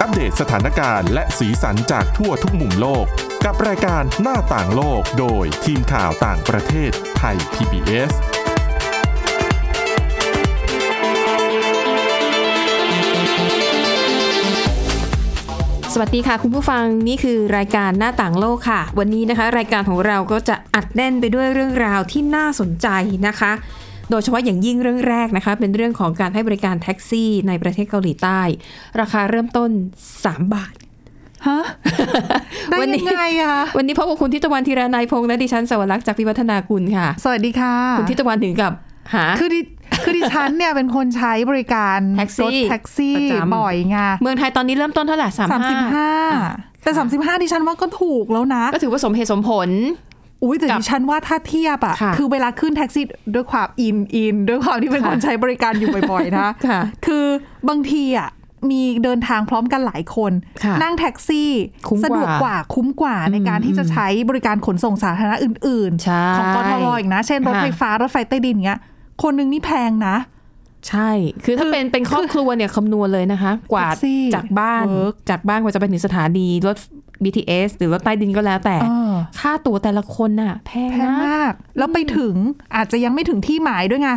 ปเดตสถานการณ์และสีสันจากทั่วทุกมุมโลก กับรายการหน้าต่างโลกโดยทีมข่าวต่างประเทศไทย PBS สวัสดีค่ะ คุณผู้ฟังนี่คือรายการหน้าต่างโลกค่ะ วันนี้นะคะ รายการของเราก็จะอัดแน่นไปด้วยเรื่องราวที่น่าสนใจนะคะ โดยเฉพาะอย่างยิ่งเรื่องแรกนะคะ เป็นเรื่องของการให้บริการแท็กซี่ในประเทศเกาหลีใต้ ราคาเริ่มต้น 3 บาท ฮะ ได้ วันนี้ ยังไงอะคะ วันนี้ พบกับคุณทิตวันธีรานายพงษ์และดิฉันสวรักษ์จากพิวัฒนาคุณค่ะ สวัสดีค่ะ คุณทิตวันถึงกับหา คือดิคือดิฉันเนี่ย เป็นคนใช้บริการ แท็กซี่ รถแท็กซี่ ประจำ บ่อยไง เมืองไทยตอนนี้เริ่มต้นเท่าไหร่สาม สามสิบห้าแต่สามสิบห้าดิฉันว่าก็ถูกแล้วนะ ก็ถือว่าสมเหตุสมผล อุ้ยแต่ดิฉันว่าถ้าเทียบอะ ค่ะ คือเวลาขึ้นแท็กซี่ด้วยความอินอินด้วยความที่เป็นคน ค่ะ ใช้บริการอยู่บ่อยๆนะ ค่ะ คือบางทีอะมีเดินทางพร้อมกันหลายคน ค่ะ นั่งแท็กซี่ คุ้มกว่า สะดวกกว่าคุ้มกว่าในการที่จะใช้บริการขนส่งสาธารณะอื่น ใช่ ของกทมอีกนะ เช่นรถ ค่ะ ไฟฟ้ารถไฟใต้ดินเงี้ย คนหนึงนี่แพงนะ ใช่ คือถ้าเป็นเป็นครอบครัวเนี่ยคำนวณเลยนะคะ กว่า แท็กซี่ จากบ้าน Work จากบ้านกว่าจะไปถึงสถานีรถ BTS หรือรถใต้ดินก็แล้วแต่ เออ ค่าตั๋วแต่ละคนน่ะ แพง แพง นะ มาก แล้วไปถึงอาจจะยังไม่ถึงที่หมายด้วยไง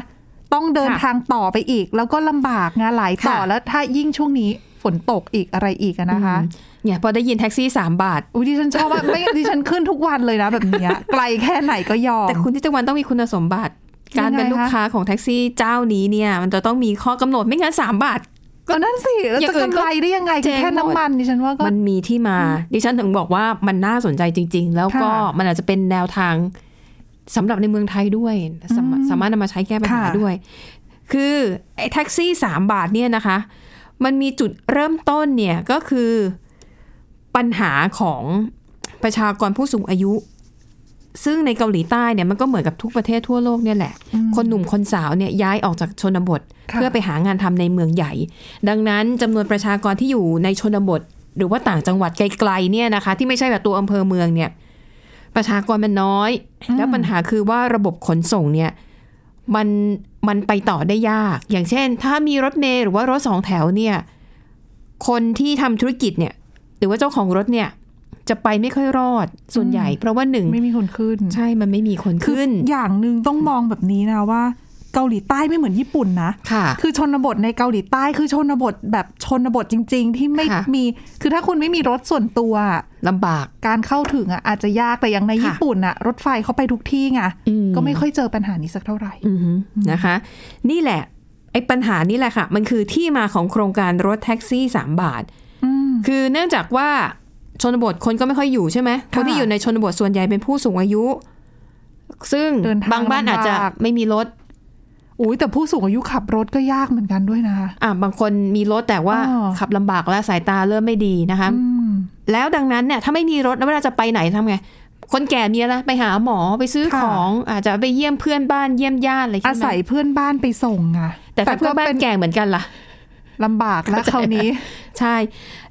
ต้องเดิน ค่ะ ทางต่อไปอีก แล้วก็ลำบากงานหลายต่อ ค่ะ แล้วถ้ายิ่งช่วงนี้ฝนตกอีกอะไรอีกอะนะคะ เนี่ยพอได้ยินแท็กซี่ 3 บาท อุ้ยดิฉันชอบว่า ไม่ดิฉันขึ้นทุกวันเลยนะแบบเนี้ย ไกลแค่ไหนก็ยอม แต่คุณทิตวันต้องมีคุณสมบัติ ยังไง การเป็นลูก คะ ค้าของแท็กซี่เจ้านี้เนี่ย มันจะต้องมีข้อกำหนดไม่งั้น 3 บาท ก็นั่นสิแล้ว อย่า จะ งอื่นก็ กำไรได้ยังไง เจ๊ คือแค่ หมด น้ำมันดิฉันว่าก็ มันมีที่มา ดิฉันถึงบอกว่ามันน่าสนใจจริง ๆ แล้วก็ ค่ะ มันอาจจะเป็นแนวทางสำหรับในเมืองไทยด้วย สามารถสามารถนำมาใช้แก้ปัญหา ค่ะ ด้วย คือไอ้แท็กซี่สามบาทเนี่ยนะคะ มันมีจุดเริ่มต้นเนี่ยก็คือปัญหาของประชากรผู้สูงอายุ ซึ่งในเกาหลีใต้เนี่ยมันก็เหมือนกับทุกประเทศทั่วโลกเนี่ยแหละ คนหนุ่มคนสาวเนี่ยย้ายออกจากชนบท ค่ะ เพื่อไปหางานทำในเมืองใหญ่ ดังนั้นจำนวนประชากรที่อยู่ในชนบท หรือว่าต่างจังหวัดไกลๆเนี่ยนะคะ ที่ไม่ใช่แบบตัวอำเภอเมืองเนี่ย ประชากรมันน้อย แล้วปัญหาคือว่าระบบขนส่งเนี่ย มันมันไปต่อได้ยาก อย่างเช่น ถ้ามีรถเมล์หรือว่ารถสองแถวเนี่ย คนที่ทำธุรกิจเนี่ย หรือว่าเจ้าของรถเนี่ย จะไปไม่ค่อยรอดส่วนใหญ่ เพราะว่าหนึ่ง ไม่มีคนขึ้น ใช่มันไม่มีคน คือ ขึ้น อย่างหนึ่งต้องมองแบบนี้นะว่า เกาหลีใต้ไม่เหมือนญี่ปุ่นนะ ค่ะ คือชนบทในเกาหลีใต้คือชนบทแบบชนบทจริง ๆ ที่ไม่ ค่ะ มี คือถ้าคุณไม่มีรถส่วนตัวอะ ลำบาก การเข้าถึงอ่ะอาจจะยากแต่อย่างใน ค่ะ ญี่ปุ่นอ่ะรถไฟเขาไปทุกที่ไง อืม ก็ไม่ค่อยเจอปัญหานี้สักเท่าไหร่ อือฮึนะคะ นี่แหละไอ้ปัญหานี่แหละค่ะ มันคือที่มาของโครงการรถแท็กซี่ 3 บาท อืม คือเนื่องจากว่าชนบทคนก็ไม่ค่อยอยู่ใช่ไหมคนที่อยู่ในชนบทส่วนใหญ่เป็นผู้สูงอายุ ซึ่ง เดินทาง บางบ้าน ลำบาก อาจจะไม่มีรถ อุ้ยแต่ผู้สูงอายุขับรถก็ยากเหมือนกันด้วยนะคะ อ่ะบางคนมีรถแต่ว่า อ๋อ ขับลำบากและสายตาเริ่มไม่ดีนะคะ อืม แล้วดังนั้นเนี่ยถ้าไม่มีรถแล้วเวลาจะไปไหนทำไง คนแก่มีอะไรไปหาหมอไปซื้อ ค่ะ ของ อาจจะไปเยี่ยมเพื่อนบ้านเยี่ยมญาติอะไร อา ใช่ไหม ศัยเพื่อนบ้านไปส่งไง แต่ถ้าเพื่อนบ้านแก่เหมือนกันล่ะ ลำบากแล้วคราวนี้ ใช่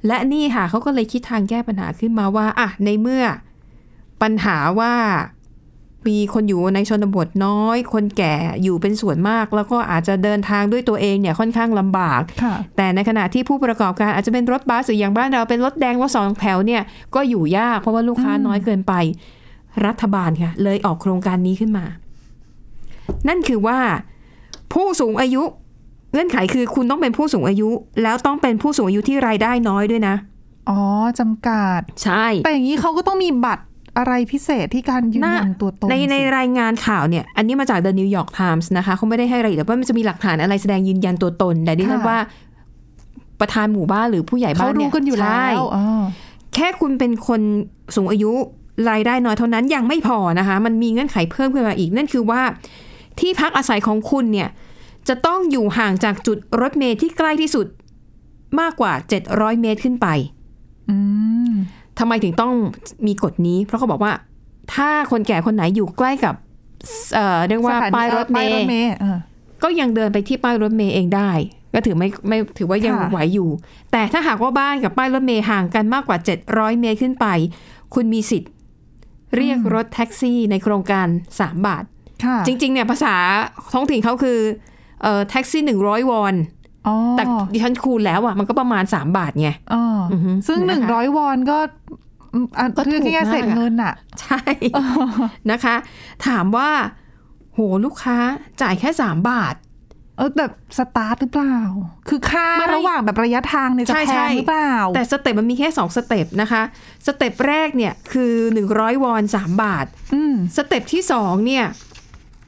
และนี่ค่ะเขาก็เลยคิดทางแก้ปัญหาขึ้นมาว่าอ่ะในเมื่อปัญหาว่ามีคนอยู่ในชนบทน้อย คนแก่อยู่เป็นส่วนมาก แล้วก็อาจจะเดินทางด้วยตัวเองเนี่ยค่อนข้างลำบาก ค่ะ แต่ในขณะที่ผู้ประกอบการอาจจะเป็นรถบัสหรืออย่างบ้านเราเป็นรถแดงรถสองแถวเนี่ยก็อยู่ยากเพราะว่าลูกค้าน้อยเกินไป รัฐบาลค่ะ เลยออกโครงการนี้ขึ้นมา นั่นคือว่าผู้สูงอายุ เงื่อนไขคือคุณต้องเป็นผู้สูงอายุ แล้วต้องเป็นผู้สูงอายุที่รายได้น้อยด้วยนะ อ๋อจำกัด ใช่ แต่อย่างนี้เขาก็ต้องมีบัตรอะไรพิเศษที่การยืนยันตัวตน ในใน สิ รายงานข่าวเนี่ย อันนี้มาจาก The New York Times นะคะเขาไม่ได้ให้รายละเอียดว่ามันจะมีหลักฐานอะไรแสดงยืนยันตัวตน แต่ดิฉันว่าประธานหมู่บ้านหรือผู้ใหญ่ เขา บ้านเนี่ รู้ ย กันอยู่แล้ ใช่ วอ๋อ แค่คุณเป็นคนสูงอายุรายได้น้อยเท่านั้นยังไม่พอนะคะ มันมีเงื่อนไขเพิ่มขึ้นมาอีก นั่นคือว่าที่พักอาศัยของคุณเนี่ย จะต้องอยู่ห่างจากจุดรถเมล์ที่ใกล้ที่สุดมากกว่า 700 เมตรขึ้นไป อืม ทำไมถึงต้องมีกฎนี้ เพราะเขาบอกว่า ถ้าคนแก่คนไหนอยู่ใกล้กับเอ่อเรียกว่า สถนี ป้ายรถเม ป้ายรถ ล์ เมล์อ่า ก็ยังเดินไปที่ป้ายรถเมย์เองได้ ก็ถือไม่ไม่ถือว่ายัง ค่ะ ไหวอยู่ แต่ถ้าหากว่าบ้านกับป้ายรถเมย์ห่างกันมากกว่า 700 เมตรขึ้นไป คุณมีสิทธิ์ เรียกรถแท็กซี่ในโครงการ 3 บาท ค่ะ จริง ๆ เนี่ยภาษาท้องถิ่นเขาคือเอ่อแท็กซี่ 100 วอน อ๋อ แต่ดิฉันคูณแล้วอ่ะมันก็ประมาณ 3 บาทไง อ๋ออ อฮึ ซึ่ง นะคะ หนึ่งร้อยวอนก็อืมอ่ะ ก็ถูก คือแค่ายๆเสร็จ มากอะ เงินอ่ะ ใช่ นะคะ ถามว่า โหลูกค้าจ่ายแค่ 3 บาท เออแต่สตาร์ทหรือเปล่า คือค่า ไม่ ระหว่างแบบระยะทางเนี่ยจะ ใช่ แพ ใช่ งหรือเปล่า แต่สเต็ปมันมีแค่ 2 สเต็ปนะคะ สเต็ปแรกเนี่ยคือ 100 วอน 3 บาท อืม สเต็ปที่ 2 เนี่ย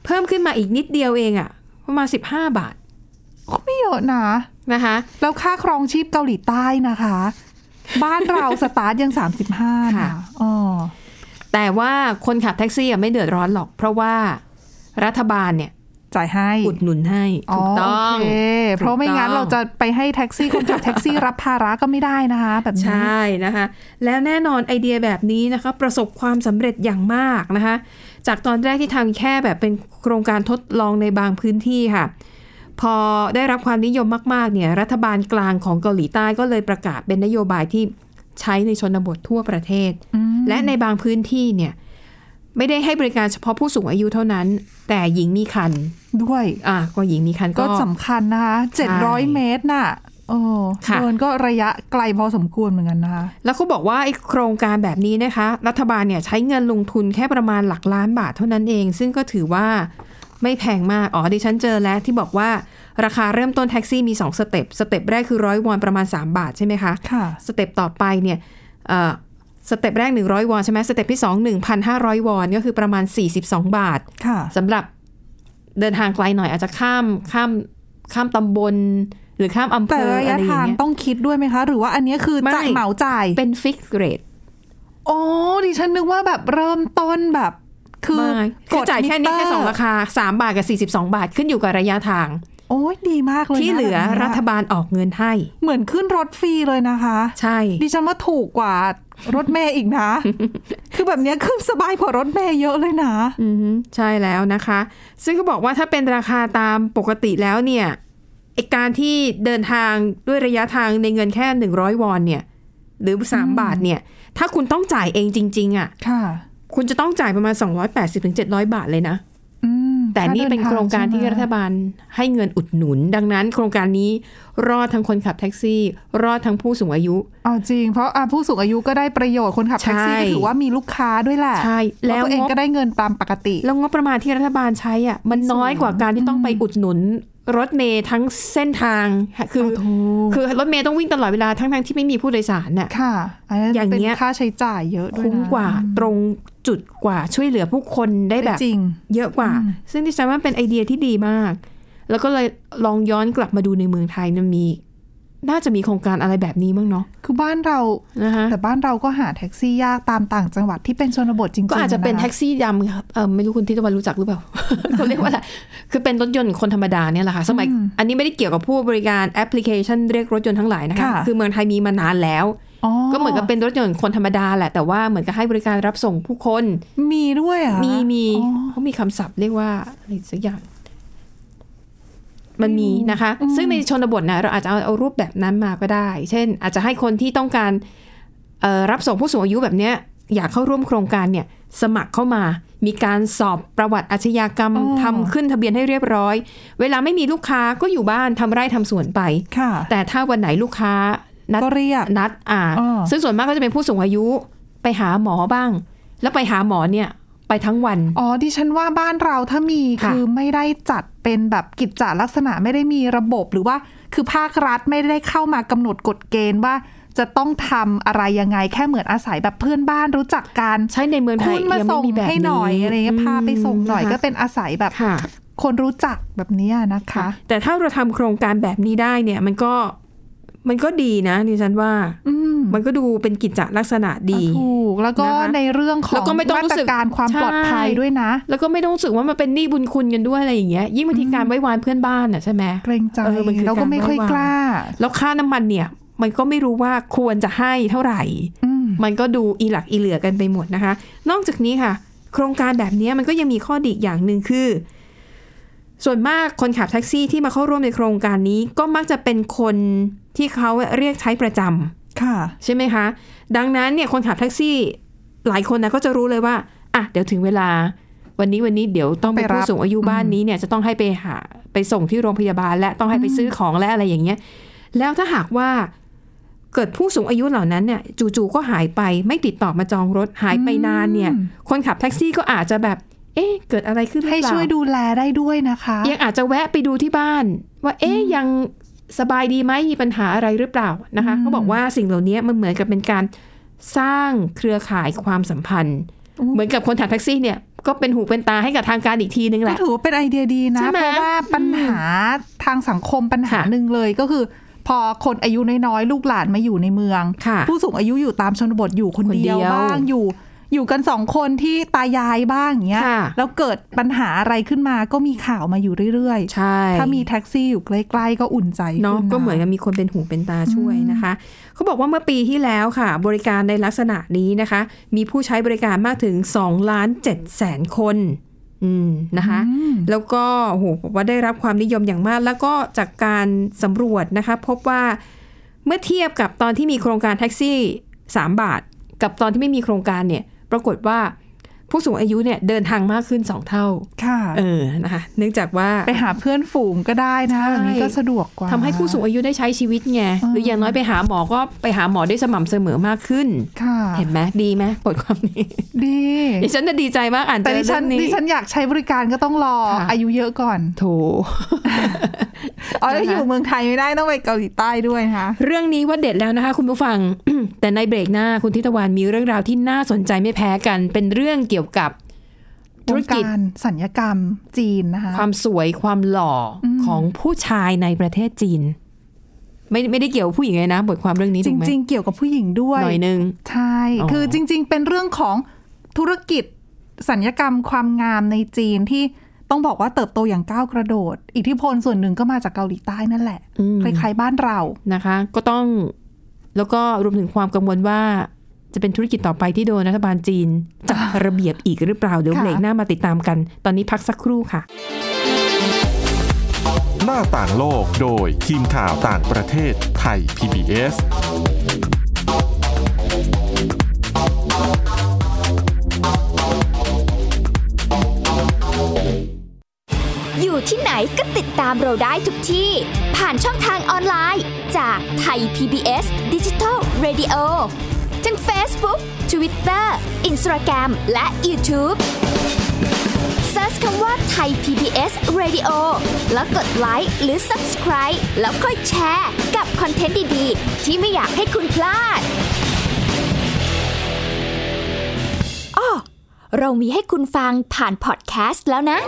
เพิ่มขึ้นมาอีกนิดเดียวเองอะประมาณ 15 บาท ก็ไม่เยอะนะ นะคะ แล้วค่าครองชีพเกาหลีใต้นะคะ บ้านเรา สตาร์ทยัง 35 ค่ะ นะอ๋อ แต่ว่าคนขับแท็กซี่อะไม่เดือดร้อนหรอก เพราะว่ารัฐบาลเนี่ย จ่ายให้ อุดหนุนให้ถูกต้อง โอเคเพราะไม่งั้น ถูกต้อง เราจะไปให้แท็กซี่คนขับแท็กซี่ รับภาระก็ไม่ได้นะคะ แบบ ใช นี้ ่นะคะ แล้วแน่นอนไอเดียแบบนี้นะคะ ประสบความสำเร็จอย่างมากนะคะ จากตอนแรกที่ทำแค่แบบเป็นโครงการทดลองในบางพื้นที่ค่ะ พอได้รับความนิยมมากๆเนี่ยรัฐบาลกลางของเกาหลีใต้ก็เลยประกาศเป็นนโยบายที่ใช้ในชนบททั่วประเทศ อืม และในบางพื้นที่เนี่ยไม่ได้ให้บริการเฉพาะผู้สูงอายุเท่านั้น แต่หญิงมีคัน ด้วย อ่ะก็หญิงมีคันก็ ก็สำคัญนะคะ ใช่ 700 เมตรน่ะโอ้ ค่ะ เดินก็ระยะไกลพอสมควรเหมือนกันนะคะ แล้วเขาบอกว่าไอ้โครงการแบบนี้นะคะ รัฐบาลเนี่ยใช้เงินลงทุนแค่ประมาณหลักล้านบาทเท่านั้นเอง ซึ่งก็ถือว่าไม่แพงมาก อ๋อดิฉันเจอแล้วที่บอกว่าราคาเริ่มต้นแท็กซี่มี 2 สเต็ป สเต็ปแรกคือร้อยวอนประมาณ 3 บาทใช่ไหมคะ ค่ะ สเต็ปต่อไปเนี่ยเอ่อสเต็ปแรก 100 วอนใช่ไหมสเต็ปที่ 2 1,500 วอน ก็คือประมาณ 42 บาท ค่ะ สำหรับเดินทางไกลหน่อยอาจจะข้ามข้ามข้ามตำบล หรือข้ามอำเภ แต่ อ ระ อะ ยะ ไรอย่า ทางง เงี้ย ต้องคิดด้วยไหมคะ หรือว่าอันเนี้ยคือ ไม่ จ่ายเหมาจ่าย เป็นฟิกเรท โอ้ดิฉันนึกว่าแบบเริ่มต้นแบบ คือ ไม่คือจ่ายแค่นี้ มิเต แค่สองราคา 3 บาทกับ 42 บาทขึ้นอยู่กับระยะทาง โอ้ยดีมากเลยนะ ที่เหลือ แบบนี้ รัฐบาลออกเงินให้ เหมือนขึ้นรถฟรีเลยนะคะ ใช่ ดิฉันว่าถูกกว่ารถเมย์อีกนะ คือแบบเนี้ยขึ้นสบายกว่ารถเมย์เยอะเลยนะ อือฮึใช่แล้วนะคะ ซึ่งก็บอกว่าถ้าเป็นราคาตามปกติแล้วเนี่ยไอการที่เดินทางด้วยระยะทางในเงินแค่ 100 วอนเนี่ย หรือ 3 บาทเนี่ย ถ้าคุณต้องจ่ายเองจริง ๆ อ่ะ ค่ะ คุณจะต้องจ่ายประมาณ 280-700 บาทเลยนะ อืม แต่นี่เป็นโครงการที่รัฐบาลให้เงินอุดหนุน ดังนั้น โครงการนี้รอดทั้งคนขับแท็กซี่ รอดทั้งผู้สูงอายุ เอาจริง เพราะอ่ะผู้สูงอายุก็ได้ประโยชน์คนขับแท็กซี่ ใช่ ก็ถือว่ามีลูกค้าด้วยแหละ ใช่ แล้ แล้วว ตัวเอง งบ ก็ได้เงินตามปกติ แล้วงบประมาณที่รัฐบาลใช้อ่ะมันน้อยกว่าการที่ต้องไปอุดหนุน รถเมย์ทั้งเส้นทางคือ เอาถูก คือรถเมย์ต้องวิ่งตลอดเวลาทั้งทที่ไม่มีผู้โดยสารน่ะ ค่ะ อันนั้น อย่าง เป็น เงี้ย ค่าใช้จ่ายเยอะด้วย คุ้ม นะ กว่าตรงจุดกว่าช่วยเหลือผู้คนได้แบบ จริง เยอะกว่า อืม ซึ่งดิฉันว่าเป็นไอเดียที่ดีมาก แล้วก็เลยลองย้อนกลับมาดูในเมืองไทยมันมี น่าจะมีโครงการอะไรแบบนี้มั้งเนาะ คือบ้านเรา นะคะ แต่บ้านเราก็หาแท็กซี่ยากตามต่างจังหวัดที่เป็นชนบทจริงๆ ก็อาจจะเป็น ค แท็กซี่ดำครับเออไม่รู้คุณทิตวันรู้จักหรือเปล่า เขาเรียกว่าอะไร คือเป็นรถยนต์คนธรรมดาเนี่ยแหละค่ะ สมัย อันนี้ไม่ได้เกี่ยวกับผู้บริการแอปพลิเคชันเรียกรถยนต์ทั้งหลายนะคะ คือเมืองไทยมีมานานแล้ว อ๋อ ก็เหมือนกับเป็นรถยนต์คนธรรมดาแหละ แต่ว่าเหมือนกับให้บริการรับส่งผู้คน มีด้วยเหรอ่ะ มีมี อ๋อ เขามีคำศัพท์เรียกว่าอะไรสักอย่าง มันมีนะคะ อืม ซึ่งในชนบทนะเราอาจจะเอาเอารูปแบบนั้นมาก็ได้ เช่น อาจจะให้คนที่ต้องการเอ่อรับส่งผู้สูงอายุแบบเนี้ย อยากเข้าร่วมโครงการเนี่ย สมัครเข้ามา มีการสอบประวัติอาชญากรรมทำขึ้นทะเบียนให้เรียบร้อย เวลาไม่มีลูกค้าก็อยู่บ้านทำไร่ทำสวนไป ค่ะ แต่ถ้าวันไหนลูกค้านัด ก็เรียก นัดอ่า อ่า ซึ่งส่วนมากก็จะเป็นผู้สูงอายุไปหาหมอบ้าง แล้วไปหาหมอเนี่ย ไปทั้งวัน อ๋อดิฉันว่าบ้านเราถ้ามี ค่ะ คือไม่ได้จัดเป็นแบบกิจจลักษณะไม่ได้มีระบบหรือว่าคือภาครัฐไม่ได้เข้ามากำหนดกฎเกณฑ์ว่า จะต้องทำอะไรยังไงแค่เหมือนอาศัยแบบเพื่อนบ้านรู้จักกัน ใช่ในเมืองไทย คุณมา ยังไม่ ส่ง มีแบบ ให้หน่อย นี้ อะไรเงี้ยพาไปส่งหน่อย อืมนะคะ ก็เป็นอาศัยแบบ ค่ะ คนรู้จักแบบเนี้ยนะคะ แต่ถ้าเราทำโครงการแบบนี้ได้เนี่ย มันก็มันก็ดีนะดิฉันว่า อืม มันก็ดูเป็นกิจจลักษณะดี ถูกแล้วก็ นะคะ ในเรื่องขอ แล้ว ง ก็ไม่ต้อง มา รู้ ตร สึก การความ ใช่ ปลอดภัยด้วยนะ แล้วก็ไม่ต้องรู้สึกว่ามันเป็นหนี้บุญคุณกันด้วยอะไรอย่างเงี้ยยิ่งบางทีการไว้วานเพื่อนบ้านน่ะใช่ไหม เกรงใจ เออมันคือ เราก็ไม่ค่อย การไว้วาง กล้า แล้วค่าน้ำมันเนี่ย มันก็ไม่รู้ว่าควรจะให้เท่าไหร่ อืม มันก็ดูอีหลักอีเหลือกันไปหมดนะคะ นอกจากนี้ค่ะ โครงการแบบนี้มันก็ยังมีข้อดีอีกอย่างหนึ่งคือ ส่วนมากคนขับแท็กซี่ที่มาเข้าร่วมในโครงการนี้ก็มักจะเป็นคนที่เขาเรียกใช้ประจำ ค่ะ ใช่ไหมคะ ดังนั้นเนี่ยคนขับแท็กซี่ หลายคนนะก็จะรู้เลยว่าอ่ะเดี๋ยวถึงเวลา วันนี้วันนี้เดี๋ยวต้องไป ไปรับ ผู้สูงอายุบ้านนี้เนี่ยจะต้องให้ไปหาไป ไปส่งที่โรงพยาบาล และต้องให้ไปซื้อของและอะไรอย่างเงี้ย แล้วถ้าหากว่าเกิดผู้สูงอายุเหล่านั้นเนี่ยจู่ๆก็หายไปไม่ติดต่อมาจองรถหายไปนานเนี่ย อืม คนขับแท็กซี่ก็อาจจะแบบ เอ๊ะ เกิดอะไรขึ้นรือ ให้ เปล่า ช่วยดูแลได้ด้วยนะคะ ยังอาจจะแวะไปดูที่บ้าน ว่าเอ๊ยยังสบายดีไหมมีปัญหาอะไรหรือเปล่านะคะเขาบอกว่าสิ่งเหล่านี้มันเหมือนกับเป็นการสร้างเครือข่ายความสัมพันธ์ อืม เหมือนกับคนขับแท็กซี่เนี่ยก็เป็นหูเป็นตาให้กับทางการอีกทีนึงแห ก็ ละ ถือว่าเป็นไอเดียดีนะ ใช่ไหม เพราะว่าปัญหาทางสังคมปัญหา ค่ะ หนึ่งเลยก็คือ พอคนอายุน้อยๆลูกหลานมาอยู่ในเมือง ค่ะ ผู้สูงอายุอยู่ตามชนบทอยู่คน คนเดี เดี ย ยววบ้างอยู่ อยู่กันสองคนที่ตายายบ้างอย่างเงี้ย ค่ะ แล้วเกิดปัญหาอะไรขึ้นมาก็มีข่าวมาอยู่เรื่อย ใช่ ๆ ถ้ามีแท็กซี่อยู่ใกล้ๆ ก็อุ่นใจขึ้น เนาะก็เหมือนกับมีคนเป็นหูเป็นตาช่วยนะคะเขาบอกว่าเมื่อปีที่แล้วค่ะ บริการในลักษณะนี้นะคะ มีผู้ใช้บริการมากถึง2ล้าน7แสนคน อืมนะคะ อืม แล้วก็โหบอกว่าได้รับความนิยมอย่างมาก แล้วก็จากการสำรวจนะคะ พบว่าเมื่อเทียบกับตอนที่มีโครงการแท็กซี่ 3 บาท กับตอนที่ไม่มีโครงการเนี่ย ปรากฏว่าผู้สูงอายุเนี่ยเดินทางมากขึ้น 2 เท่า ค่ะ เออนะคะเนื่องจากว่า ไปหาเพื่อนฝูงก็ได้นะ ใช่ แบบนี้ก็สะดวกกว่า ทำให้ผู้สูงอายุได้ใช้ชีวิตไง หรืออย่างน้อยไปหาหมอก็ไปหาหมอได้สม่ำเสมอมากขึ้น ค่ะ เห็นไหมดีไหมบทความนี้ ดี ดิฉันน่ะดีใจมากอ่านเจ แต่ อ ดิ เรื่ ฉั อน งนี้ ดิฉันอยากใช้บริการก็ต้องรอ ค่ะ อายุเยอะก่อน โถ อ๋อแล้ว นะคะ อยู่เมืองไทยไม่ได้ต้องไปเกาหลีใต้ด้วยนะคะ เรื่องนี้ว่าเด็ดแล้วนะคะ คุณผู้ฟัง แต่ในเบรกหน้าคุณทิตวานมีเรื่องราวที่น่าสนใจไม่แพ้กัน เป็นเรื่องเกี่ยวกับธุรกิจ วงาสัญญกรรมจีนนะคะ ความสวยความหล่ออของผู้ชายในประเทศจีน ไม่ไม่ได้เกี่ยวกับผู้หญิงเลยนะ บทความเรื่องนี้ จ ถูกไหม ริง ๆ เกี่ยวกับผู้หญิงด้วย หน่อยนึง ใช่ อ๋อ คือจริง ๆ เป็นเรื่องของธุรกิจสัญญกรรมความงามในจีนที่ต้องบอกว่าเติบโตอย่างก้าวกระโดด อิทธิพลส่วนหนึ่งก็มาจากเกาหลีใต้นั่นแหละ อืม คล้ายๆบ้านเรา นะคะ ก็ต้องแล้วก็รวมถึงความกังวลว่า จะเป็นธุรกิจต่อไปที่โดนรัฐบาลจีนจัดระเบียบอีกหรือเปล่าเดี๋ยว ค่ะ เบรกหน้ามาติดตามกัน ตอนนี้พักสักครู่ค่ะ หน้าต่างโลกโดยทีมข่าวต่างประเทศไทย PBS อยู่ที่ไหนก็ติดตามเราได้ทุกที่ ผ่านช่องทางออนไลน์ จากไทย PBS Digital Radio ทั้ง Facebook Twitter Instagram และ YouTube Search คำว่าไทย PBS Radio แล้วกดไลค์หรือ Subscribe แล้วค่อยแชร์ กับคอนเทนต์ดี ๆ ที่ไม่อยากให้คุณพลาดอ้อเรามีให้คุณฟังผ่านพอดแคสต์แล้วนะ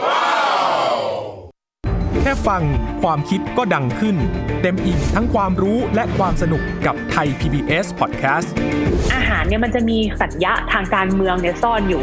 แค่ฟังความคิดก็ดังขึ้น เต็มอิ่งทั้งความรู้และความสนุกกับไทย PBS Podcast อาหารเนี่ยมันจะมีสัญญะทางการเมืองเนี่ยซ่อนอยู่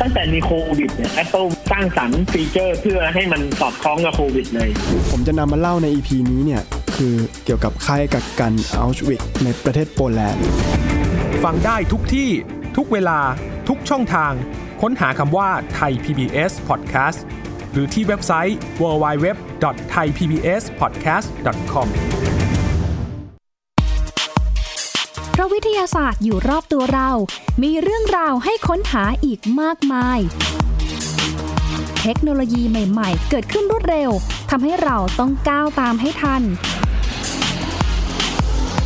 ตั้งแต่มีโควิดเนี่ย Apple สร้างสรรค์ฟีเจอร์เพื่อให้มันสอดคล้องกับโควิดเลย ผมจะนำมาเล่าใน EP นี้เนี่ย คือเกี่ยวกับค่ายกักกันอัลชวิกในประเทศโปแลนด์ ฟังได้ทุกที่ ทุกเวลา ทุกช่องทาง ค้นหาคำว่าไทย PBS Podcast หรือที่เว็บไซต์ www.thaipbspodcast.com เพราะวิทยาศาสตร์อยู่รอบตัวเรา มีเรื่องราวให้ค้นหาอีกมากมาย เทคโนโลยีใหม่ ๆ เกิดขึ้นรวดเร็ว ทำให้เราต้องก้าวตามให้ทัน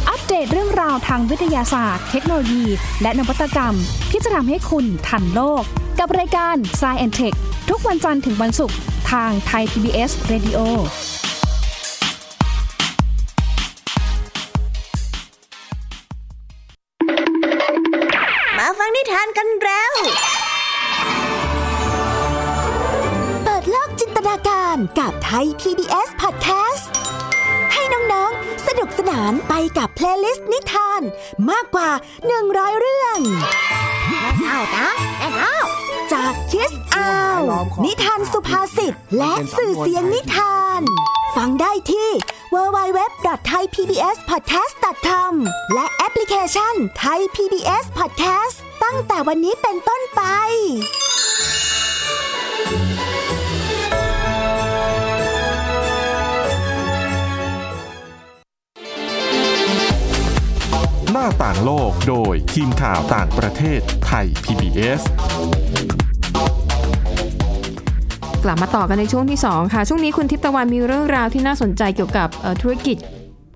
อัปเดตเรื่องราวทางวิทยาศาสตร์ เทคโนโลยี และนวัตกรรม ที่จะทำให้คุณทันโลก กับรายการ s c i e n t e c h ทุกวันจันทร์ถึงวันศุกร์ทางไทย PBS Radio มาฟังนิทานกันแล้ว เปิดโลกจินตนาการกับไทย PBS Podcast ให้น้องๆ สนุกสนานไปกับเพลย์ลิสต์นิทาน มากกว่า 100 เรื่อง เอานะแอนเอา จากคิสอาว นิทานสุภาษิตและสื่อเสียงนิทาน ฟ ฟังได้ที่ www.thaipbspodcast.com และแอปพลิเคชัน Thai PBS Podcast ตั้งแต่วันนี้เป็นต้นไป หน้าต่างโลกโดยทีมข่าวต่างประเทศไทย PBS กลับมาต่อกันในช่วงที่ 2 ค่ะ ช่วงนี้คุณทิพย์ตะวันมีเรื่องราวที่น่าสนใจเกี่ยวกับเอ่อธุรกิจ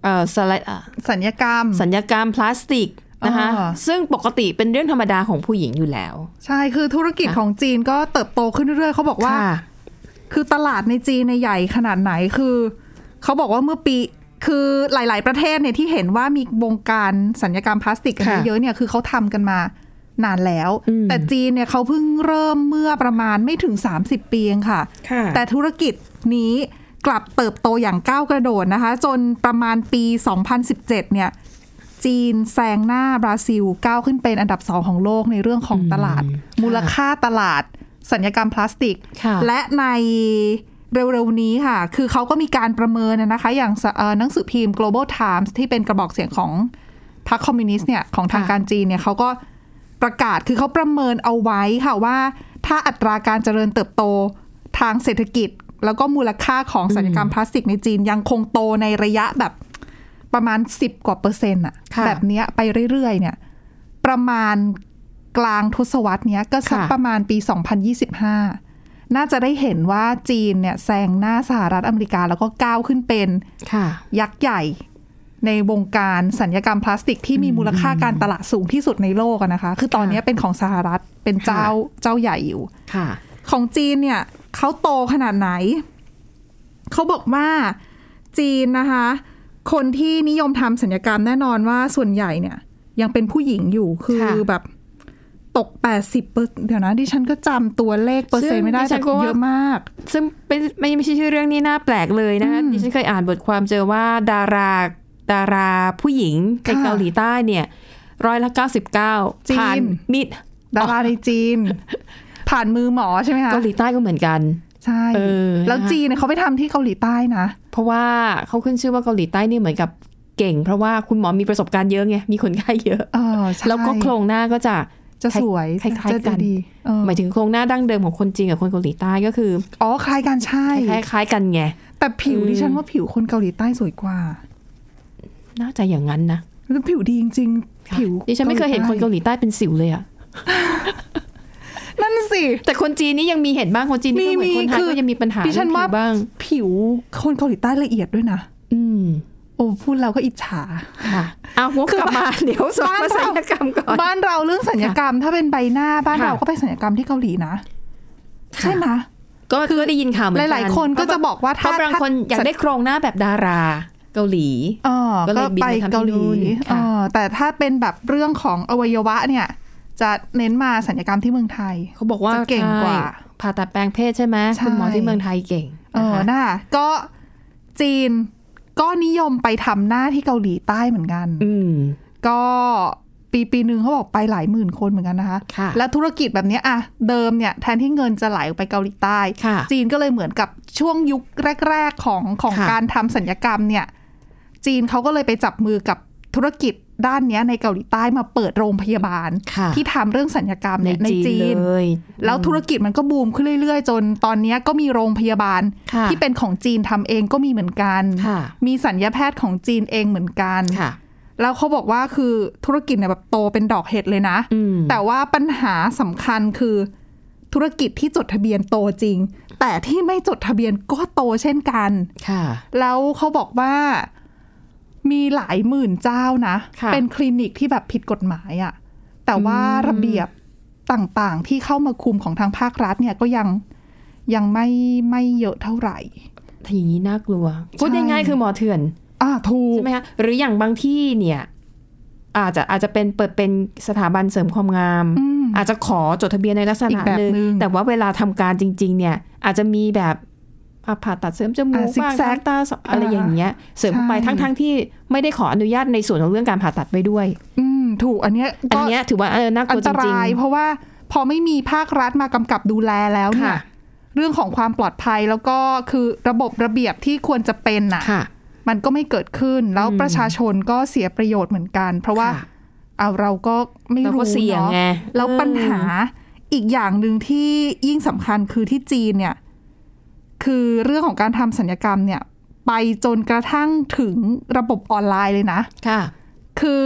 เอ่อสไลด์อ่ะ สัญญกรรม สัญญกรรมพลาสติกนะคะ อ่า ซึ่งปกติเป็นเรื่องธรรมดาของผู้หญิงอยู่แล้ว ใช่คือธุรกิจของจีนก็เติบโตขึ้นเรื่อยๆเขาบอกว่า คือตลาดในจีนในยใหญ่ขนาดไหนคือเขาบอกว่าเมื่อปีคือหลาย ๆ ประเทศเนี่ยที่เห็นว่ามีวงการสัญญกรรมพลาสติกกัน ค่ะ เยอะๆเนี่ยคือเขาทำกันมานานแล้ว แต่จีนเนี่ยเขาเพิ่งเริ่มเมื่อประมาณไม่ถึง 30 ปีเองค่ะ ค่ะ แต่ธุรกิจนี้กลับเติบโตอย่างก้าวกระโดดนะคะ จนประมาณปี 2017 เนี่ย จีนแซงหน้าบราซิลก้าวขึ้นเป็นอันดับสองของโลกในเรื่องของตลาด มูลค่าตลาด สัญญกรรมพลาสติก ค่ะ และในเร็วๆนี้ค่ะ คือเขาก็มีการประเมินนะคะ อย่างสเอ่อหนังสือพิมพ์ global times ที่เป็นกระบอกเสียงของพรรคคอมมิวนิสต์เนี่ย ของทางการจีนเนี่ยเขาก็ประกาศคือเขาประเมินเอาไว้ค่ะว่า ถ้าอัตราการเจริญเติบโตทางเศรษฐกิจ แล้วก็มูลค่าของสัญญกรรมพลาสติกในจีนยังคงโตในระยะแบบ ประมาณ 10 กว่าเปอร์เซ็นต์อะ ค่ะ แบบเนี้ยไปเรื่อย ๆ เนี่ย ประมาณกลางทศวรรษเนี้ยก็สัก ค่ะ ประมาณปี 2025 น่าจะได้เห็นว่าจีนเนี่ยแซงหน้าสหรัฐอเมริกาแล้วก็ก้าวขึ้นเป็น ค่ะ ยักษ์ใหญ่ ในวงการสัญญกรรมพลาสติกที่มีมูลค่าการตลาดสูงที่สุดในโลกอะนะคะ คือตอนเนี้ยเป็นของสหรัฐเป็นเจ้าเจ้าใหญ่อยู่ ค่ะ ของจีนเนี่ยเขาโตขนาดไหน เขาบอกว่าจีนนะคะ คนที่นิยมทำศัลยกรรมแน่นอนว่าส่วนใหญ่เนี่ย ยังเป็นผู้หญิงอยู่คือ ค่ะ แบบตก 80เปอร์เดี๋ยวนะดิฉันก็จำตัวเลขเปอร์เซ็นต์ไม่ได้ ซึ่งแต่ฉันก็ว่า เยอะมาก ซึ่งเป็นไม่ไม่ใช่ชื่อเรื่องนี้น่าแปลกเลยนะคะดิฉันเคยอ่านบทความเจอว่าดาราดาราผู้หญิงใน ค่ะ เกาหลีใต้เนี่ยร้อยละเก้าสิบเก้า จีน ผ่านมิด ดาราในจีน ผ่านมือหมอใช่ไหมคะ เกาหลีใต้ก็เหมือนกัน ใช่ เออ แล้ว นะคะ จีนเนี่ยเขาไปทำที่เกาหลีใต้นะ เพราะว่าเขาขึ้นชื่อว่าเกาหลีใต้นี่เหมือนกับเก่ง เพราะว่าคุณหมอมีประสบการณ์เยอะไงมีคนไข้เยอะ เออใช่ แล้วก็โครงหน้าก็จะ จะสวย คล้าย จะ ๆกัน ดีเออ หมายถึงโครงหน้าดั้งเดิมของคนจีนกับคนเกาหลีใต้ก็คือ อ๋อคล้ายกันใช่ คล้ายคล้ายๆกันไง แต่ผิว อืม ดิฉันว่าผิวคนเกาหลีใต้สวยกว่า น่าจะอย่างนั้นนะ แล้วผิวดีจริงๆ ผิว ดิฉันไม่เคยเห็นคนเกาหลีใต้เป็นสิวเลยอะ นั่นสิ แต่คนจีนนี่ยังมีเห็นบ้างคนจีนนี่ก็เหมือนคนไทยก็ยังมีปัญหา ดิฉันว่า เรื่องผิวบ้าง ผิวคนเกาหลีใต้ละเอียดด้วยนะ อืม โอ้พูดเราก็อิจฉา ค่ะเอาวก คือก ลับมา บ้าน เดี๋ยวสอน บ้าน มาศั เรา ลยกรรมก่อน บ้านเราเรื่องสัญญกรรม ถ้าเป็นใบหน้าบ้าน ค่ะ เราก็ไปสัญญกรรมที่เกาหลีนะ ค่ะ ใช่ไหม ก็ก็ได้ยินข่าวเหมือนกัน หลายๆคนก็จะบอกว่าถ้า เพระบางคนอยาก ถ้า ได้โครงหน้าแบบดาราเกาหลี อ๋อ ก็เลยบิน ไป ไปทำที่ เกาหลี นู่นค่ะ อ๋อแต่ถ้าเป็นแบบเรื่องของอวัยวะเนี่ย จะเน้นมาสัญญกรรมที่เมืองไทย เขาบอกว่า จะเก่งกว่า ใช่ผ่าตัดแปลงเพศใช่ไหม ใช่ คุณหมอที่เมืองไทยเก่ง เอนะอคะ น่าก็จีนก็นิยมไปทำหน้าที่เกาหลีใต้เหมือนกัน อืม ก็ปีปีหนึ่งเขาบอกไปหลายหมื่นคนเหมือนกันนะคะ ค่ะ แล้วธุรกิจแบบเนี้ยอะเดิมเนี่ยแทนที่เงินจะไหลออกไปเกาหลีใต้ ค่ะ จีนก็เลยเหมือนกับช่วงยุคแรก ๆ ของของ ค่ะ การทำสัญญกรรมเนี่ยจีนเขาก็เลยไปจับมือกับธุรกิจด้านเนี้ยในเกาหลีใต้มาเปิดโรงพยาบาล ค่ะ ที่ทำเรื่องสัญญกรรม ใน เนี่ยใน จี จี น น เลย แล้วธุรกิจมันก็บูมขึ้นเรื่อยๆ จนตอนเนี้ยก็มีโรงพยาบาล ค่ะ ที่เป็นของจีนทำเองก็มีเหมือนกัน ค่ะ มีสัญญาแพทย์ของจีนเองเหมือนกัน ค่ะ แล้วเขาบอกว่าคือธุรกิจเนี่ยแบบโตเป็นดอกเห็ดเลยนะ อืม แต่ว่าปัญหาสำคัญคือธุรกิจที่จดทะเบียนโตจริง แต่ที่ไม่จดทะเบียนก็โตเช่นกัน ค่ะ แล้วเขาบอกว่ามีหลายหมื่นเจ้านะ ค่ะ เป็นคลินิกที่แบบผิดกฎหมายอะแต่ว่าระเบียบต่างๆ ที่เข้ามาคุมของทางภาครัฐเนี่ยก็ยังยังไม่ไม่เยอะเท่าไหร่ ถ้าอย่างนี้น่ากลัวพูดง่ายๆคือหมอเถื่อน อ่าถูก ใช่ไหมคะหรืออย่างบางที่เนี่ย อาจจะอาจจะเป็นเปิดเป็นสถาบันเสริมความงาม อืม อาจจะขอจดทะเบียนในลักษ อี ณะ กแบบ หนึ่ง หนึ่ง แต่ว่าเวลาทำการจริง ๆ เนี่ย อาจจะมีแบบอ่ะผ่าตัดเสริมจมูก อ่ะซิก บ้าง แซก ทำตาสอะไร อ่า อย่างเงี้ย เสริมเข้าไป ใช่ ทั้งๆที่ไม่ได้ขออนุญาตในส่วนของเรื่องการผ่าตัดไปด้วย อืมถูกอันเนี้ย อั ก็ นเนี้ยถือว่าเออน่าก อั ลัวน จ ต ริง รายเพราะว่าพอไม่มีภาครัฐมากำกับดูแลแล้ว ๆ เนี่ ค่ะ ย เรื่องของความปลอดภัยแล้วก็คือระบบระเบียบที่ควรจะเป็นน่ะ มันก็ไม่เกิดขึ้นแล้วประชาชนก็เสียประโยชน์เหมือนกัน เพราะว่าเอาเราก็ไม่ เราก็ รู้ เสี่ยง เนาะ ไง แล้วปัญหาอีกอย่างหนึ่งที่ยิ่งสำคัญคือที่จีนเนี่ย คือเรื่องของการทำสัญญกรรมเนี่ย ไปจนกระทั่งถึงระบบออนไลน์เลยนะ ค่ะ คือ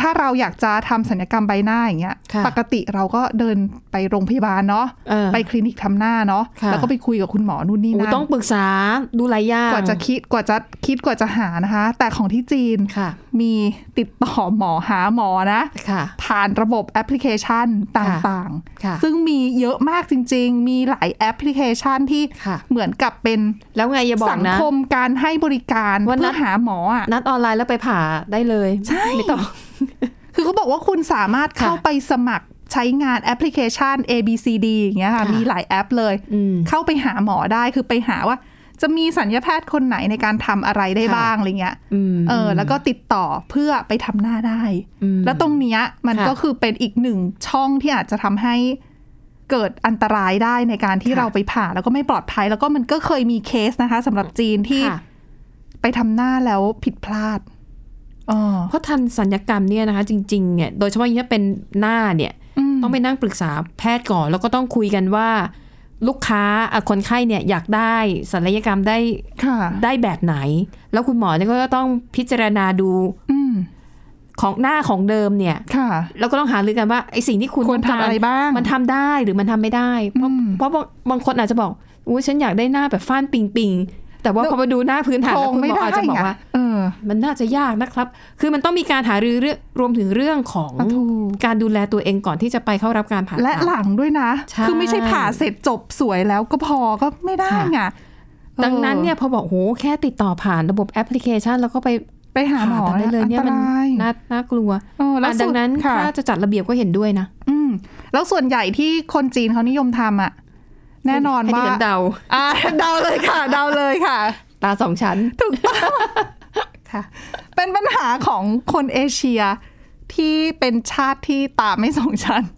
ถ้าเราอยากจะทำสัญญกรรมใบหน้าอย่างเงี้ย ค่ะ ปกติเราก็เดินไปโรงพยาบาลเนาะ เออ ไปคลินิกทำหน้าเนาะ ค่ะ แล้วก็ไปคุยกับคุณหมอนู่นนี่ โอ้ นั่น ต้องปรึกษาดูหลายอย่าง กว่าจะคิดกว่าจะคิดกว่าจะหานะคะ แต่ของที่จีน ค่ะ มีติดต่อหมอหาหมอนะ ค่ะ ผ่านระบบแอปพลิเคชันต่าง ค่ะ ซึ่งมีเยอะมากจริง ๆ มีหลายแอปพลิเคชันที่ ค่ะ เหมือนกับเป็น แล้วไงอย่าบอ สั ก ง นะ คมการให้บริการ ว่า เพื่ นั อ ด หาหมออ่ะ นัดออนไลน์แล้วไปผ่าได้เลย ใช่ ไม่ต้อง คือเขาบอกว่าคุณสามารถเข้า ค่ะ ไปสมัครใช้งานแอปพลิเคชัน A B C D อย่างเงี้ยค่ะ ค่ะ มีหลายแอปเลย อืม เข้าไปหาหมอได้คือไปหาว่า จะมีสัญญาแพทย์คนไหนในการทำอะไรได้ ค่ะ บ้างอะไรเงี้ย อืม เออแล้วก็ติดต่อเพื่อไปทำหน้าได้ อืม แล้วตรงเนี้ยมัน ค่ะ ก็คือเป็นอีกหนึ่งช่องที่อาจจะทำให้เกิดอันตรายได้ในการที่ ค่ะ เราไปผ่าแล้วก็ไม่ปลอดภัย แล้วก็มันก็เคยมีเคสนะคะสำหรับจีนที่ ค่ะ ไปทำหน้าแล้วผิดพลาดอ๋อ เพราะทันสัญญกรรมเนี่ยนะคะ จริงๆเนี่ยโดยเฉพาะอย่างถ้าเป็นหน้าเนี่ย ม ต้องไปนั่งปรึกษาแพทย์ก่อน แล้วก็ต้องคุยกันว่า ลูกค้าอ่ะคนไข้เนี่ยอยากได้ศัลยกรรมได้ ค่ะ ได้แบบไหน แล้วคุณหมอเนี่ยก็ต้องพิจารณาดู อืม ของหน้าของเดิมเนี่ย ค่ะ แล้วก็ต้องหารือกันว่าไอสิ่งที่คุณ ควรทำ ต้ก อะไรบ้าง มันทำได้หรือมันทำไม่ได้ เพราะ อืม เพราะบางบางคนอาจจะบอกอุ้ยฉันอยากได้หน้าแบบฟ้านปิงปิงๆแต่ว่า แล้ว พอมาดูหน้าพื้นฐาน โคร แล้ว ง คุณ ไม่ หมอ ได้ อาจจะบอก ไง ว่า เออ มันน่าจะยากนะครับ คือมันต้องมีการหารือเรื่องรวมถึงเรื่องของ อ่ะถูก การดูแลตัวเองก่อนที่จะไปเข้ารับการผ่า และ ตัด หลังด้วยนะ ใช่ คือไม่ใช่ผ่าเสร็จจบสวยแล้วก็พอก็ไม่ได้ไง ดังนั้นเนี่ยพอบอกโหแค่ติดต่อผ่านระบบแอปพลิเคชัน แล้วก็ไป ไปหาหมอ ผ่ตัดได้เลยเนี่ยมัน อัตราย น่าน่ากลัว เออแล้ว อ่ะ สุด ดังนั้น ค่ะ ถ้าจะจัดระเบียบก็เห็นด้วยนะ อืมแล้วส่วนใหญ่ที่คนจีนเขานิยมทำอ่ะ แน่นอน ให้ ว่า ดิฉัเดา อ่าเดาเลยค่ะ เดาเลยค่ะ ตาสองชั้น ถูกต้อง ค่ะ เป็นปัญหาของคนเอเชียที่เป็นชาติที่ตาไม่สองชั้น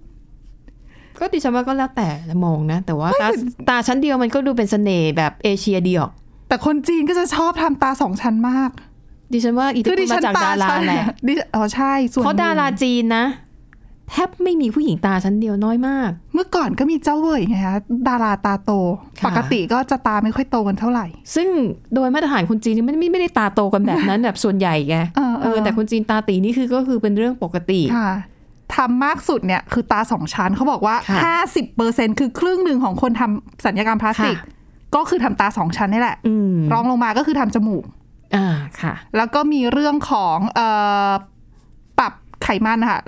ก็ดิฉันว่าก็แล้วแต่มองนะ แต่ว่า ไม่ ตา แต่ ตาชั้นเดียวมันก็ดูเป็นเสน่ห์แบบเอเชียเดียว แต่คนจีนก็จะชอบทำตาสองชั้นมาก ดิฉันว่าอิทธิพ ดิ ลมาจากดารา ชั้น แหละ ดิฉันอ๋อใช่ส่วน เพราะ หนึ่ง ดาราจีนนะ แทบไม่มีผู้หญิงตาชั้นเดียวน้อยมาก เมื่อก่อนก็มีเจ้าเว่ยไงคะดาราตาโต ค่ะ ปกติก็จะตาไม่ค่อยโตกันเท่าไหร่ ซึ่งโดยมาตรฐานคนจีนนี่ไม่ไม่ไม่ได้ตาโตกันแบบนั้น แบบส่วนใหญ่ไง เออเออ แต่คนจีนตาตีนี่คือก็คือเป็นเรื่องปกติ ค่ะทำมากสุดเนี่ยคือตาสองชั้นเขาบอกว่า ค่ะ ห้าสิบเปอร์เซ็นคือครึ่งหนึ่งของคนทำสัญญกรรมพลาสติก ค่ะ ก็คือทำตาสองชั้นนี่แหละ อืม รองลงมาก็คือทำจมูก อ่าค่ะ แล้วก็มีเรื่องของเอ่อปรับไขมันนะคะ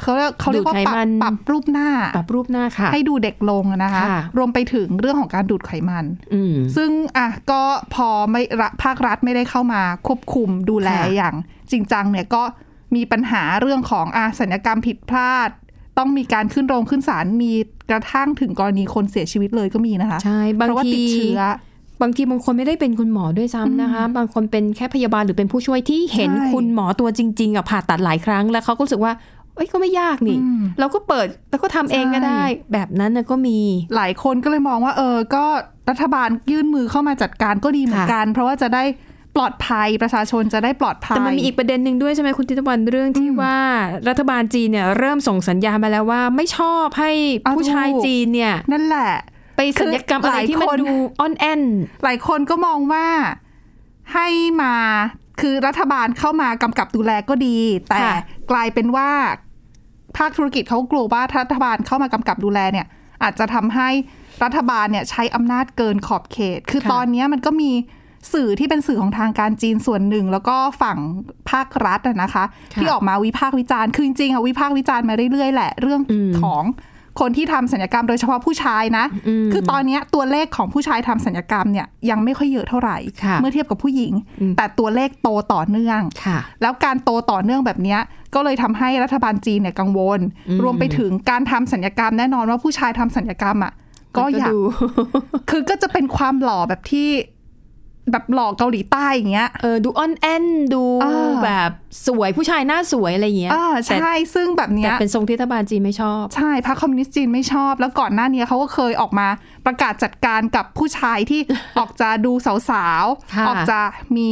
เขาเรียกเขาเรียกว่า ดูดไข ปรับ มัน ปรับรูปหน้า ปรับรูปหน้าค่ะ ให้ดูเด็กลงนะคะ ค่ะ รวมไปถึงเรื่องของการดูดไขมัน อืม ซึ่งอ่ะก็พอไม่รัฐภาครัฐไม่ได้เข้ามาควบคุมดูแล ค่ะ อย่างจริงจังเนี่ยก็มีปัญหาเรื่องของอาสัญญกรรมผิดพลาด ต้องมีการขึ้นโรงขึ้นศาลมีกระทั่งถึงกรณีคนเสียชีวิตเลยก็มีนะคะ ใช่บาง เพราะว่า ที ติดเชื้อ บางทีบางคนไม่ได้เป็นคุณหมอด้วยซ้ำนะคะ บางคนเป็นแค่พยาบาลหรือเป็นผู้ช่วยที่เห็น ใช่ คุณหมอตัวจริงๆอะผ่าตัดหลายครั้งแล้วเขาก็รู้สึกว่าเอ้ยก็ไม่ยากนี่ อืม เราก็เปิดแล้วก็ทำเองก็ ใช่ ได้ แบบนั้นน่ะก็มี หลายคนก็เลยมองว่า เออ ก็รัฐบาลยื่นมือเข้ามาจัดการก็ดีเหมือนกัน เพราะว่าจะได้ปลอดภัยประชาชนจะได้ปลอดภัย แต่มันมีอีกประเด็นหนึ่งด้วยใช่ไหมคุณทิตวันเรื่องที่ว่ารัฐบาลจีนเนี่ยเริ่มส่งสัญญาณมาแล้วว่า ไม่ชอบให้ เอา ผู้ชาย ถูก จีนเนี่ย นั่นแหละ ไปสัญญกรรมอะไรที่มัน คือหลายคน ดูอ่อนแอน หลายคนก็มองว่าให้มาคือรัฐบาลเข้ามากำกับดูแลก็ดี แต่กลายเป็นว่า ภาคธุรกิจเขากลัวว่าถ้ารัฐบาลเข้ามากำกับดูแลเนี่ย อาจจะทำให้รัฐบาลเนี่ยใช้อำนาจเกินขอบเขต คือตอนเนี้ยมันก็มีสื่อที่เป็นสื่อของทางการจีนส่วนหนึ่ง แล้วก็ฝั่งภาครัฐอะนะคะ ที่ออกมาวิพากษ์วิจารณ์คือจริงๆอะวิพากษ์วิจารณ์มาเรื่อยๆแหละ เรื่องของคนที่ทำศัลยกรรมโดยเฉพาะผู้ชายนะ คือตอนเนี้ยตัวเลขของผู้ชายทำศัลยกรรมเนี่ยยังไม่ค่อยเยอะเท่าไหร่ ค่ะ เมื่อเทียบกับผู้หญิง แต่ตัวเลขโตต่อเนื่อง ค่ะ แล้วการโตต่อเนื่องแบบเนี้ยก็เลยทำให้รัฐบาลจีนเนี่ยกังวล รวมไปถึงการทำสัญญกรรมแน่นอนว่าผู้ชายทำสัญญกรรมอ่ะก็อยาก ดู คือก็จะเป็นความหล่อแบบที่ แบบหลอกเกาหลีใต้อย่างเงี้ย เออดูอ่อนแอนดู อ่า แบบสวยผู้ชายหน้าสวยอะไรอย่างเงี้ย อ่า แต่ ใช่ซึ่งแบบเนี้ แต่ ย เป็นทรงที่รัฐบาลจีนไม่ชอบ ใช่พรรคคอมมิวนิสต์จีนไม่ชอบ แล้วก่อนหน้านี้เขาก็เคยออกมาประกาศจัดการกับผู้ชาย ที่ ออกจะดูสาว ค่ะ ๆ ออกจะมี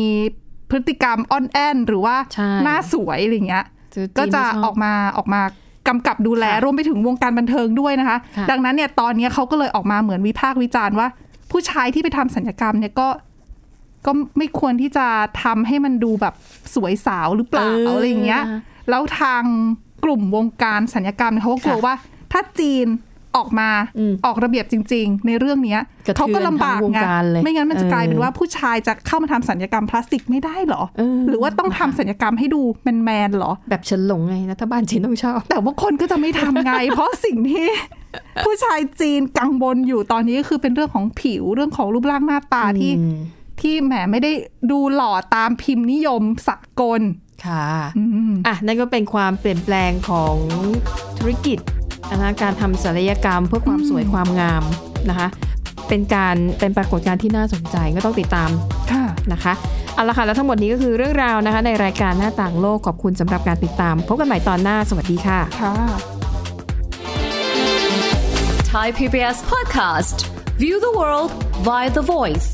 พฤติกรรมอ่อนแอนหรือว่า ใช่ หน้าสวยอะไรเงี้ย คือ ก็ น จะ ไม่ชบ ออกมาออกมากำกับดูแล ค่ะ รวมไปถึงวงการบันเทิงด้วยนะคะ ค่ะ ดังนั้นเนี่ยตอนนี้เขาก็เลยออกมาเหมือนวิพากษ์วิจารณ์ว่า ผู้ชายที่ไปทำสัญญกรรมเนี่ยก็ก็ไม่ควรที่จะทำให้มันดูแบบสวยสาวหรือเปล่าอะไรอย่างเงี้ย แล้วทางกลุ่มวงการสัญญกรรมเนี่ยเขาก็กลัวว่า ถ้าจีนออกมา อืม ออกระเบียบจริง ๆ ในเรื่องเนี้ย กระเทือน เขาก็ลำบาก ทั้งวง ไง การเลย ไม่งั้นมันจะ เออก ลายเป็นว่าผู้ชายจะเข้ามาทำสัญญกรรมพลาสติกไม่ได้เหรอ เออ หรือว่าต้องทำสัญญกรรมให้ดูแมนๆเหรอ แบบเฉินหลงไงรัฐบาลจีนต้องชอบ แต่ว่าคนก็จะไม่ทำไง เพราะสิ่งที่ผู้ชายจีนกังวลอยู่ตอนนี้ก็คือเป็นเรื่องของผิวเรื่องของรูปร่างหน้าตาที่ที่แหมไม่ได้ดูหล่อตามพิมพ์นิยมสากล ค่ะ อืม อ่ะ นั่นก็เป็นความเปลี่ยนแปลงของธุรกิจนะคะการทำศัลยกรรมเพื่อความสวยความงามนะคะ เป็นการเป็นปรากฏการณ์ที่น่าสนใจก็ต้องติดตาม ค่ะ นะคะเอาละค่ะ แล้วทั้งหมดนี้ก็คือเรื่องราวนะคะ ในรายการหน้าต่างโลกขอบคุณสำหรับการติดตาม พบกันใหม่ตอนหน้า สวัสดีค่ะ ค่ะ Thai PBS podcast. View the world via the voice.